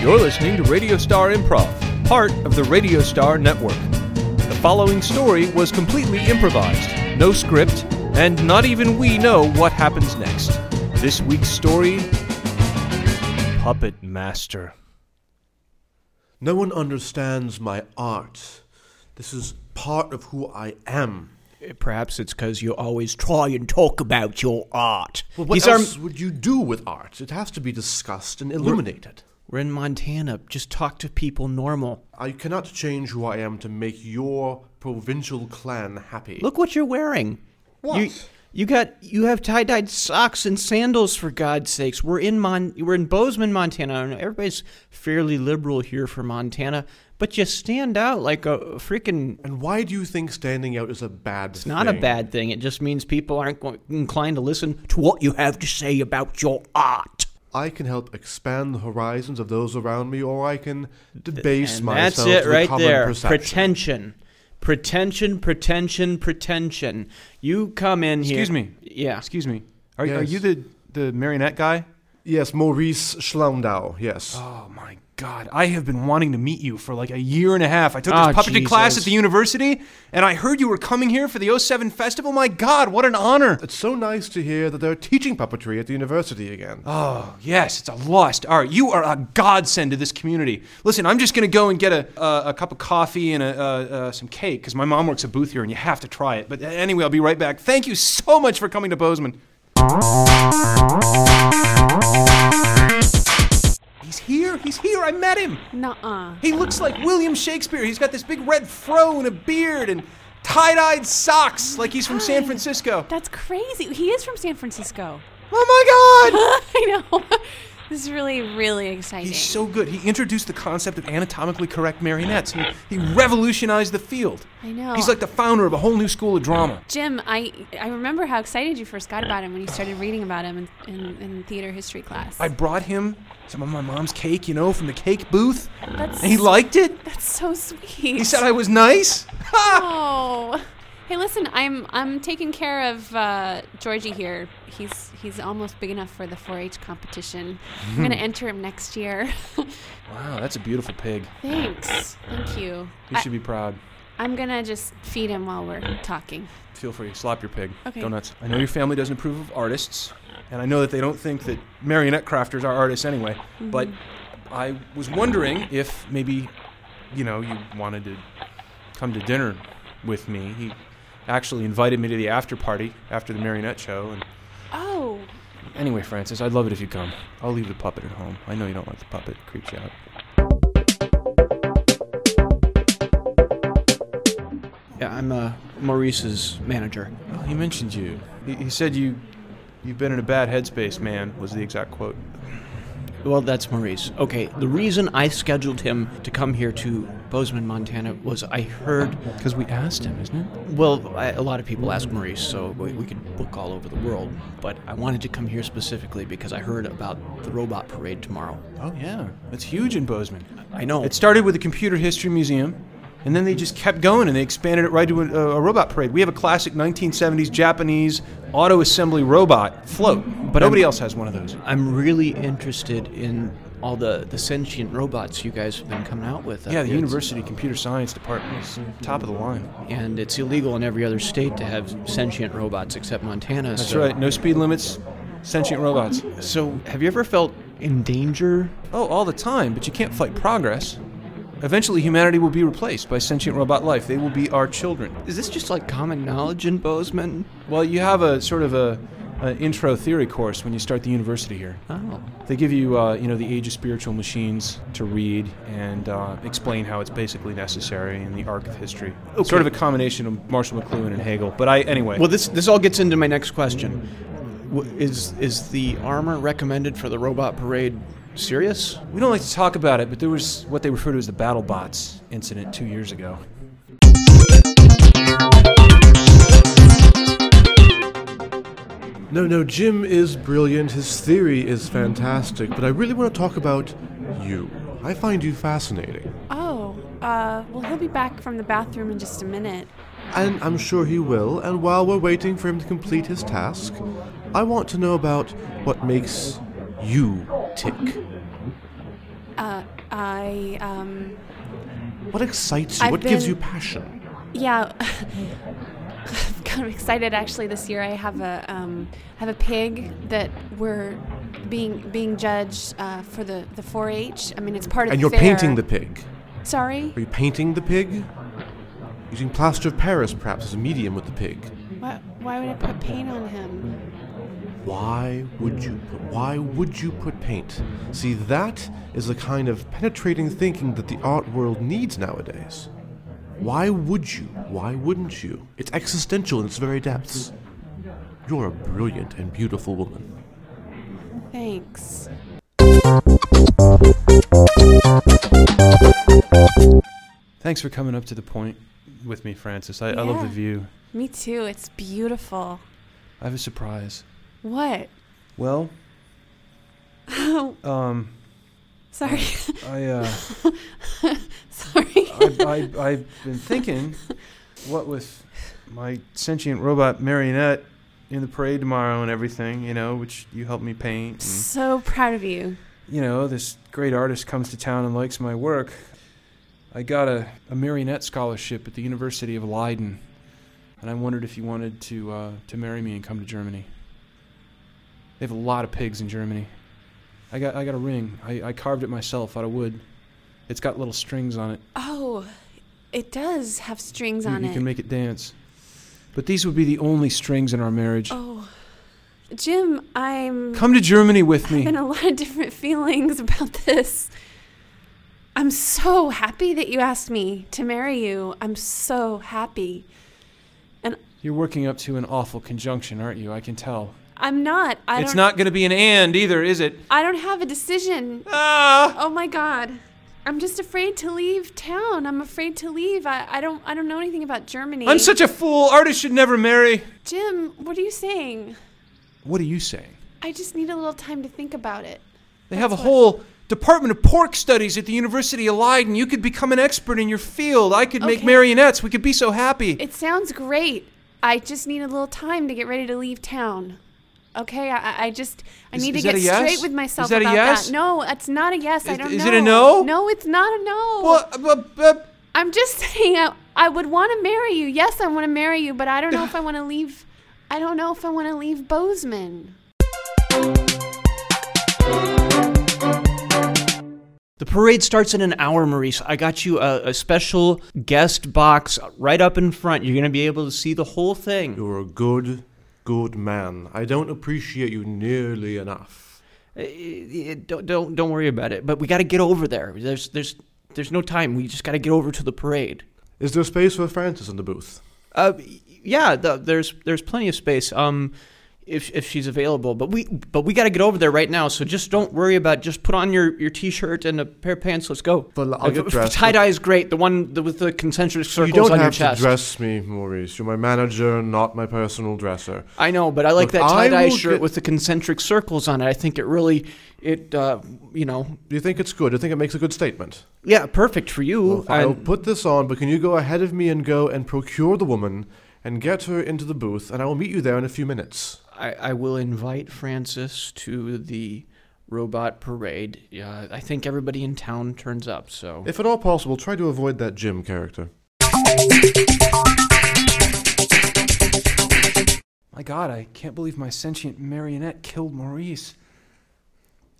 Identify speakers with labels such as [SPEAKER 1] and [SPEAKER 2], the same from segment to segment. [SPEAKER 1] You're listening to Radio Star Improv, part of the Radio Star Network. The following story was completely improvised, no script, and not even we know what happens next. This week's story Puppet Master.
[SPEAKER 2] No one understands my art. This is part of who I am.
[SPEAKER 3] Perhaps it's because you always try and talk about your art.
[SPEAKER 2] Well, what
[SPEAKER 3] These are-
[SPEAKER 2] else would you do with art? It has to be discussed and illuminated.
[SPEAKER 3] We're in Montana. Just talk to people normal.
[SPEAKER 2] I cannot change who I am to make your provincial clan happy.
[SPEAKER 3] Look what you're wearing.
[SPEAKER 2] What?
[SPEAKER 3] You, you got you have tie-dyed socks and sandals for God's sakes. We're in Mon we're in Bozeman, Montana. I know everybody's fairly liberal here for Montana, but you stand out like a freaking
[SPEAKER 2] And why do you think standing out is a bad
[SPEAKER 3] It's not a bad thing. It just means people aren't go- inclined to listen to what you have to say about your art.
[SPEAKER 2] I can help expand the horizons of those around me, or I can debase
[SPEAKER 3] And
[SPEAKER 2] myself
[SPEAKER 3] that's it
[SPEAKER 2] to the
[SPEAKER 3] right
[SPEAKER 2] common
[SPEAKER 3] there.
[SPEAKER 2] perception.
[SPEAKER 3] Pretension. Pretension, pretension, pretension. You come in here.
[SPEAKER 4] Excuse me.
[SPEAKER 3] Yeah.
[SPEAKER 4] Excuse me. Are, are
[SPEAKER 2] Yes.
[SPEAKER 4] you the, the marionette guy?
[SPEAKER 2] Yes, Maurice Schlaundau, yes.
[SPEAKER 3] Ah.
[SPEAKER 4] Oh my god. I have been wanting to meet you for like a year and a half. I took this
[SPEAKER 3] Oh,
[SPEAKER 4] puppetry class
[SPEAKER 3] Jesus.
[SPEAKER 4] at the university and I heard you were coming here for the 07 festival. My god, what an honor.
[SPEAKER 2] It's so nice to hear that they're teaching puppetry at the university again.
[SPEAKER 4] Oh, yes, it's a lost art. You are a godsend to this community. Listen, I'm just going to go and get a, a, a cup of coffee and a, uh uh some cake because my mom works a booth here and you have to try it. But uh, anyway, I'll be right back. Thank you so much for coming to Bozeman. He's here. He's here. I met him.
[SPEAKER 5] Nuh-uh.
[SPEAKER 4] He looks like William Shakespeare. He's got this big red fro and a beard and tie-dyed socks like he's from San Francisco.
[SPEAKER 5] That's crazy. He is from San Francisco.
[SPEAKER 4] Oh my god!
[SPEAKER 5] I know. this is really, really exciting.
[SPEAKER 4] He's so good. He introduced the concept of anatomically correct marionettes. He, he revolutionized the field.
[SPEAKER 5] I know.
[SPEAKER 4] He's like the founder of a whole new school of drama.
[SPEAKER 5] Jim, I, I remember how excited you first got about him when you started reading about him in, in, in theater history class.
[SPEAKER 4] I brought him some of my mom's cake, you know, from the cake booth.
[SPEAKER 5] That's-
[SPEAKER 4] and he liked it.
[SPEAKER 5] That's so sweet.
[SPEAKER 4] He said "Ah!" I was nice. Ha!
[SPEAKER 5] Oh. Hey, listen, I'm I'm taking care of uh, Georgie here. He's he's almost big enough for the 4-H competition. I'm gonna enter him next year.
[SPEAKER 4] Wow, that's a beautiful pig.
[SPEAKER 5] Thanks. Thank you.
[SPEAKER 4] You
[SPEAKER 5] I,
[SPEAKER 4] should be proud.
[SPEAKER 5] I'm gonna just feed him while we're talking.
[SPEAKER 4] Feel free, slop your pig.
[SPEAKER 5] Okay.
[SPEAKER 4] Go nuts. I know your family doesn't approve of artists, and I know that they don't think that marionette crafters are artists anyway,
[SPEAKER 5] Mm-hmm.
[SPEAKER 4] but I was wondering if maybe, you know, you wanted to come to dinner with me. He actually invited me to the after party after the marionette show, and
[SPEAKER 5] Oh,
[SPEAKER 4] anyway, Francis, I'd love it if you come. I'll leave the puppet at home. I know you don't like the puppet, it creeps you out.
[SPEAKER 3] Yeah, I'm uh, Maurice's manager.
[SPEAKER 4] Well, he mentioned you. He, he said you, you've been in a bad headspace, man, was the exact quote.
[SPEAKER 3] Well, that's Maurice. Okay, the reason I scheduled him to come here to Bozeman, Montana was I heard,
[SPEAKER 4] Because we asked him, isn't it?
[SPEAKER 3] well, I, a lot of people ask Maurice, so we, we could book all over the world, but I wanted to come here specifically because I heard about the robot parade tomorrow.
[SPEAKER 4] Oh yeah, it's huge in Bozeman.
[SPEAKER 3] I know.
[SPEAKER 4] It started with the Computer History Museum, and then they just kept going and they expanded it right to a, a robot parade. We have a classic 1970s Japanese auto assembly robot float, but nobody
[SPEAKER 3] I'm-
[SPEAKER 4] else has one of those.
[SPEAKER 3] I'm really interested in all the, the sentient robots you guys have been coming out with.
[SPEAKER 4] Yeah, the
[SPEAKER 3] It's-
[SPEAKER 4] University Computer Science Department is top of the line.
[SPEAKER 3] And it's illegal in every other state to have sentient robots except Montana.
[SPEAKER 4] That's right, no speed limits, sentient robots.
[SPEAKER 3] So, have you ever felt in danger?
[SPEAKER 4] Oh, all the time, but you can't fight progress. Eventually, humanity will be replaced by sentient robot life. They will be our children.
[SPEAKER 3] Is this just like common knowledge in Bozeman?
[SPEAKER 4] Well, you have a sort of a, a intro theory course when you start the university here.
[SPEAKER 3] Oh.
[SPEAKER 4] They give you, uh, you know, the Age of Spiritual Machines to read and uh, explain how it's basically necessary in the arc of history.
[SPEAKER 3] Okay.
[SPEAKER 4] Sort of a combination of Marshall McLuhan and Hegel. But I, anyway,
[SPEAKER 3] Well, this this all gets into my next question. W- Is is the armor recommended for the robot parade serious?
[SPEAKER 4] we don't like to talk about it, but there was what they refer to as the Battle Bots incident two years ago.
[SPEAKER 2] No, no, Jim is brilliant. His theory is fantastic, but I really want to talk about you. I find you fascinating.
[SPEAKER 5] Oh, uh, well, he'll be back from the bathroom in just a minute.
[SPEAKER 2] And I'm sure he will, and while we're waiting for him to complete his task, I want to know about what makes you tick.
[SPEAKER 5] Uh, Uh, I um,
[SPEAKER 2] What excites you?
[SPEAKER 5] I've
[SPEAKER 2] what gives
[SPEAKER 5] been-
[SPEAKER 2] you passion?
[SPEAKER 5] yeah. I'm kind of excited actually this year. I have a um, I have a pig that we're being being judged uh, for the the 4-H. I mean, it's part of
[SPEAKER 2] And
[SPEAKER 5] the
[SPEAKER 2] you're painting the
[SPEAKER 5] fair.
[SPEAKER 2] pig.
[SPEAKER 5] Sorry.
[SPEAKER 2] Are you painting the pig? Using plaster of Paris, perhaps, as a medium with the pig.
[SPEAKER 5] Why, why would I put paint on him?
[SPEAKER 2] Why would you put, why would you put paint? See, that is the kind of penetrating thinking that the art world needs nowadays. Why would you? Why wouldn't you? It's existential in its very depths. You're a brilliant and beautiful woman.
[SPEAKER 5] Thanks.
[SPEAKER 4] Thanks for coming up to the point with me, Francis. I, I love the
[SPEAKER 5] Yeah.
[SPEAKER 4] view.
[SPEAKER 5] Me too. It's beautiful.
[SPEAKER 4] I have a surprise.
[SPEAKER 5] What?
[SPEAKER 4] Well, um,
[SPEAKER 5] Sorry.
[SPEAKER 4] I, uh,
[SPEAKER 5] Sorry.
[SPEAKER 4] I, I, I've been thinking, what with my sentient robot marionette in the parade tomorrow and everything, you know, which you helped me paint. And,
[SPEAKER 5] so proud of you.
[SPEAKER 4] you know, this great artist comes to town and likes my work. I got a, a marionette scholarship at the University of Leiden, and I wondered if you wanted to uh, to marry me and come to Germany. They have a lot of pigs in Germany. I got I got a ring. I, I carved it myself out of wood. It's got little strings on it.
[SPEAKER 5] Oh, it does have strings
[SPEAKER 4] You,
[SPEAKER 5] on
[SPEAKER 4] you
[SPEAKER 5] it.
[SPEAKER 4] can make it dance. But these would be the only strings in our marriage.
[SPEAKER 5] oh, Jim, I'm
[SPEAKER 4] Come to Germany with me.
[SPEAKER 5] having a lot of different feelings about this. I'm so happy that you asked me to marry you. I'm so happy.
[SPEAKER 4] You're working up to an awful conjunction, aren't you? I can tell.
[SPEAKER 5] I'm not. I
[SPEAKER 4] it's
[SPEAKER 5] don't.
[SPEAKER 4] not going to be an and either, is it?
[SPEAKER 5] I don't have a decision.
[SPEAKER 4] Ah!
[SPEAKER 5] Oh my god. I'm just afraid to leave town. I'm afraid to leave. I, I don't I don't know anything about Germany.
[SPEAKER 4] I'm such a fool. Artists should never marry.
[SPEAKER 5] Jim, what are you saying?
[SPEAKER 4] What are you saying?
[SPEAKER 5] I just need a little time to think about it.
[SPEAKER 4] They have a whole department of pork studies at the University of Leiden. You could become an expert in your field. I could make
[SPEAKER 5] Okay.
[SPEAKER 4] marionettes. We could be so happy.
[SPEAKER 5] It sounds great. I just need a little time to get ready to leave town. Okay, I, I- I just I
[SPEAKER 4] Is-
[SPEAKER 5] need
[SPEAKER 4] is
[SPEAKER 5] to
[SPEAKER 4] that
[SPEAKER 5] get
[SPEAKER 4] a yes?
[SPEAKER 5] straight with myself
[SPEAKER 4] Is that a
[SPEAKER 5] about
[SPEAKER 4] yes?
[SPEAKER 5] that. No, it's not a yes. I
[SPEAKER 4] Is-
[SPEAKER 5] don't
[SPEAKER 4] is
[SPEAKER 5] know.
[SPEAKER 4] it a no?
[SPEAKER 5] No, it's not a no.
[SPEAKER 4] Well, uh, uh, uh,
[SPEAKER 5] I'm just saying I, I would want to marry you. Yes, I want to marry you, but I don't know if I want to leave. I don't know if I want to leave Bozeman.
[SPEAKER 3] The parade starts in an hour, Maurice. I got you a, a special guest box right up in front. You're going to be able to see the whole thing.
[SPEAKER 2] You're a good, good man. I don't appreciate you nearly enough.
[SPEAKER 3] Uh, uh, Don't, don't, don't worry about it. But we got to get over there. There's, there's, there's no time. We just got to get over to the parade.
[SPEAKER 2] Is there space for Francis in the booth?
[SPEAKER 3] Uh, yeah, the, there's there's plenty of space. Um, if if she's available, but we but we got to get over there right now. So just don't worry about. Just put on your, your t-shirt and a pair of pants. Let's go.
[SPEAKER 2] Well, I'll get dressed,
[SPEAKER 3] Tie dye is great. The one the, with the concentric circles
[SPEAKER 2] you don't
[SPEAKER 3] on
[SPEAKER 2] have
[SPEAKER 3] your chest.
[SPEAKER 2] to dress me, Maurice. You're my manager, not my personal dresser.
[SPEAKER 3] I know, but I like
[SPEAKER 2] Look,
[SPEAKER 3] that
[SPEAKER 2] I
[SPEAKER 3] tie dye
[SPEAKER 2] will
[SPEAKER 3] shirt
[SPEAKER 2] get-
[SPEAKER 3] with the concentric circles on it. I think it really it uh, you know
[SPEAKER 2] Do you think it's good? Do you think it makes a good statement?
[SPEAKER 3] yeah perfect for you.
[SPEAKER 2] Well, I'll
[SPEAKER 3] And-
[SPEAKER 2] put this on, but can you go ahead of me and go and procure the woman and get her into the booth, and I will meet you there in a few minutes.
[SPEAKER 3] I, I will invite Francis to the robot parade. Yeah, I think everybody in town turns up. So
[SPEAKER 2] If at all possible, try to avoid that Jim character.
[SPEAKER 4] my God, I can't believe my sentient marionette killed Maurice.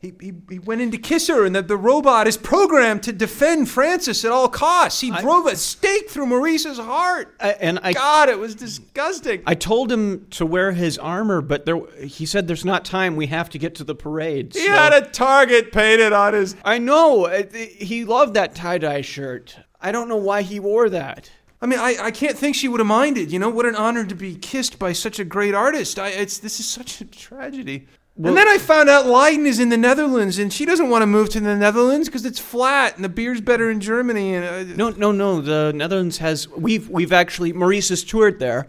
[SPEAKER 4] He, he, he went in to kiss her, and the, the robot is programmed to defend Francis at all costs. He
[SPEAKER 3] I-
[SPEAKER 4] drove a stake through Maurice's heart.
[SPEAKER 3] I, and I
[SPEAKER 4] God, it was disgusting.
[SPEAKER 3] I told him to wear his armor, but there he said there's not time. We have to get to the parade.
[SPEAKER 4] He had a target painted on his.
[SPEAKER 3] I know I- I- he loved that tie dye shirt. I don't know why he wore that.
[SPEAKER 4] I mean, I, I can't think she would have minded. You know, what an honor to be kissed by such a great artist. I, it's this is such a tragedy. and then I found out Leiden is in the Netherlands, and she doesn't want to move to the Netherlands because it's flat and the beer's better in Germany. And uh,
[SPEAKER 3] No, no, no. The Netherlands has we've we've actually Maurice has toured there.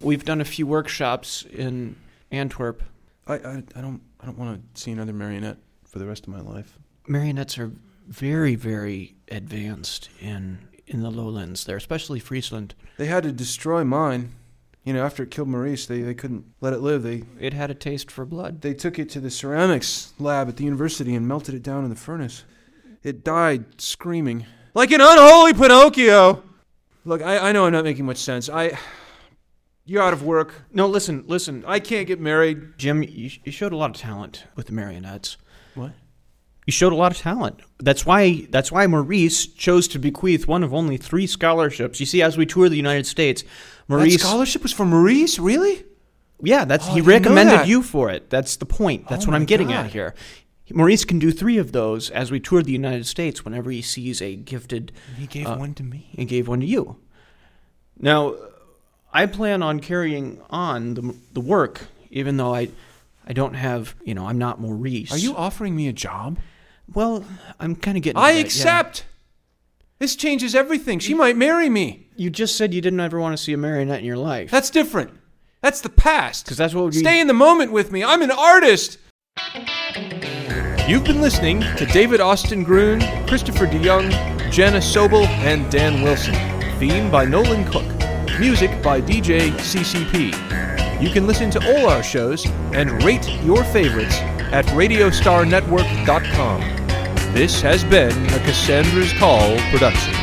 [SPEAKER 3] We've done a few workshops in Antwerp.
[SPEAKER 4] I, I, I don't I don't want to see another marionette for the rest of my life.
[SPEAKER 3] Marionettes are very very advanced in in the lowlands there, especially Friesland.
[SPEAKER 4] They had to destroy mine. You know, after it killed Maurice, they, they couldn't let it live. They
[SPEAKER 3] It had a taste for blood.
[SPEAKER 4] they took it to the ceramics lab at the university and melted it down in the furnace. It died screaming. Like an unholy Pinocchio! Look, I, I know I'm not making much sense. I. You're out of work.
[SPEAKER 3] No, listen, listen.
[SPEAKER 4] I can't get married.
[SPEAKER 3] Jim, you, you showed a lot of talent with the marionettes.
[SPEAKER 4] What?
[SPEAKER 3] You showed a lot of talent. That's why that's why Maurice chose to bequeath one of only three scholarships. You see, as we tour the United States, Maurice,
[SPEAKER 4] That scholarship was for Maurice? Really?
[SPEAKER 3] yeah, that's
[SPEAKER 4] Oh, I
[SPEAKER 3] he
[SPEAKER 4] didn't know
[SPEAKER 3] recommended
[SPEAKER 4] that.
[SPEAKER 3] you for it. That's the point. That's
[SPEAKER 4] Oh
[SPEAKER 3] what I'm
[SPEAKER 4] my
[SPEAKER 3] getting
[SPEAKER 4] God.
[SPEAKER 3] at here. Maurice can do three of those as we tour the United States. Whenever he sees a gifted,
[SPEAKER 4] He gave one to me.
[SPEAKER 3] and gave one to you. Now, I plan on carrying on the, the work, even though I, I don't have, you know, I'm not Maurice.
[SPEAKER 4] Are you offering me a job?
[SPEAKER 3] Well, I'm kind of getting. to
[SPEAKER 4] I
[SPEAKER 3] that, yeah.
[SPEAKER 4] accept! This changes everything. She might marry me.
[SPEAKER 3] You just said you didn't ever want to see a marionette in your life.
[SPEAKER 4] That's different. That's the past.
[SPEAKER 3] 'Cause that's what would be-
[SPEAKER 4] Stay in the moment with me. I'm an artist.
[SPEAKER 1] You've been listening to David Austin Grun, Christopher DeYoung, Jana Sobel, and Dan Wilson. Theme by Nolan Cook. Music by DJ CCP. You can listen to all our shows and rate your favorites at radiostarnetwork.com. This has been a Cassandra's Call production.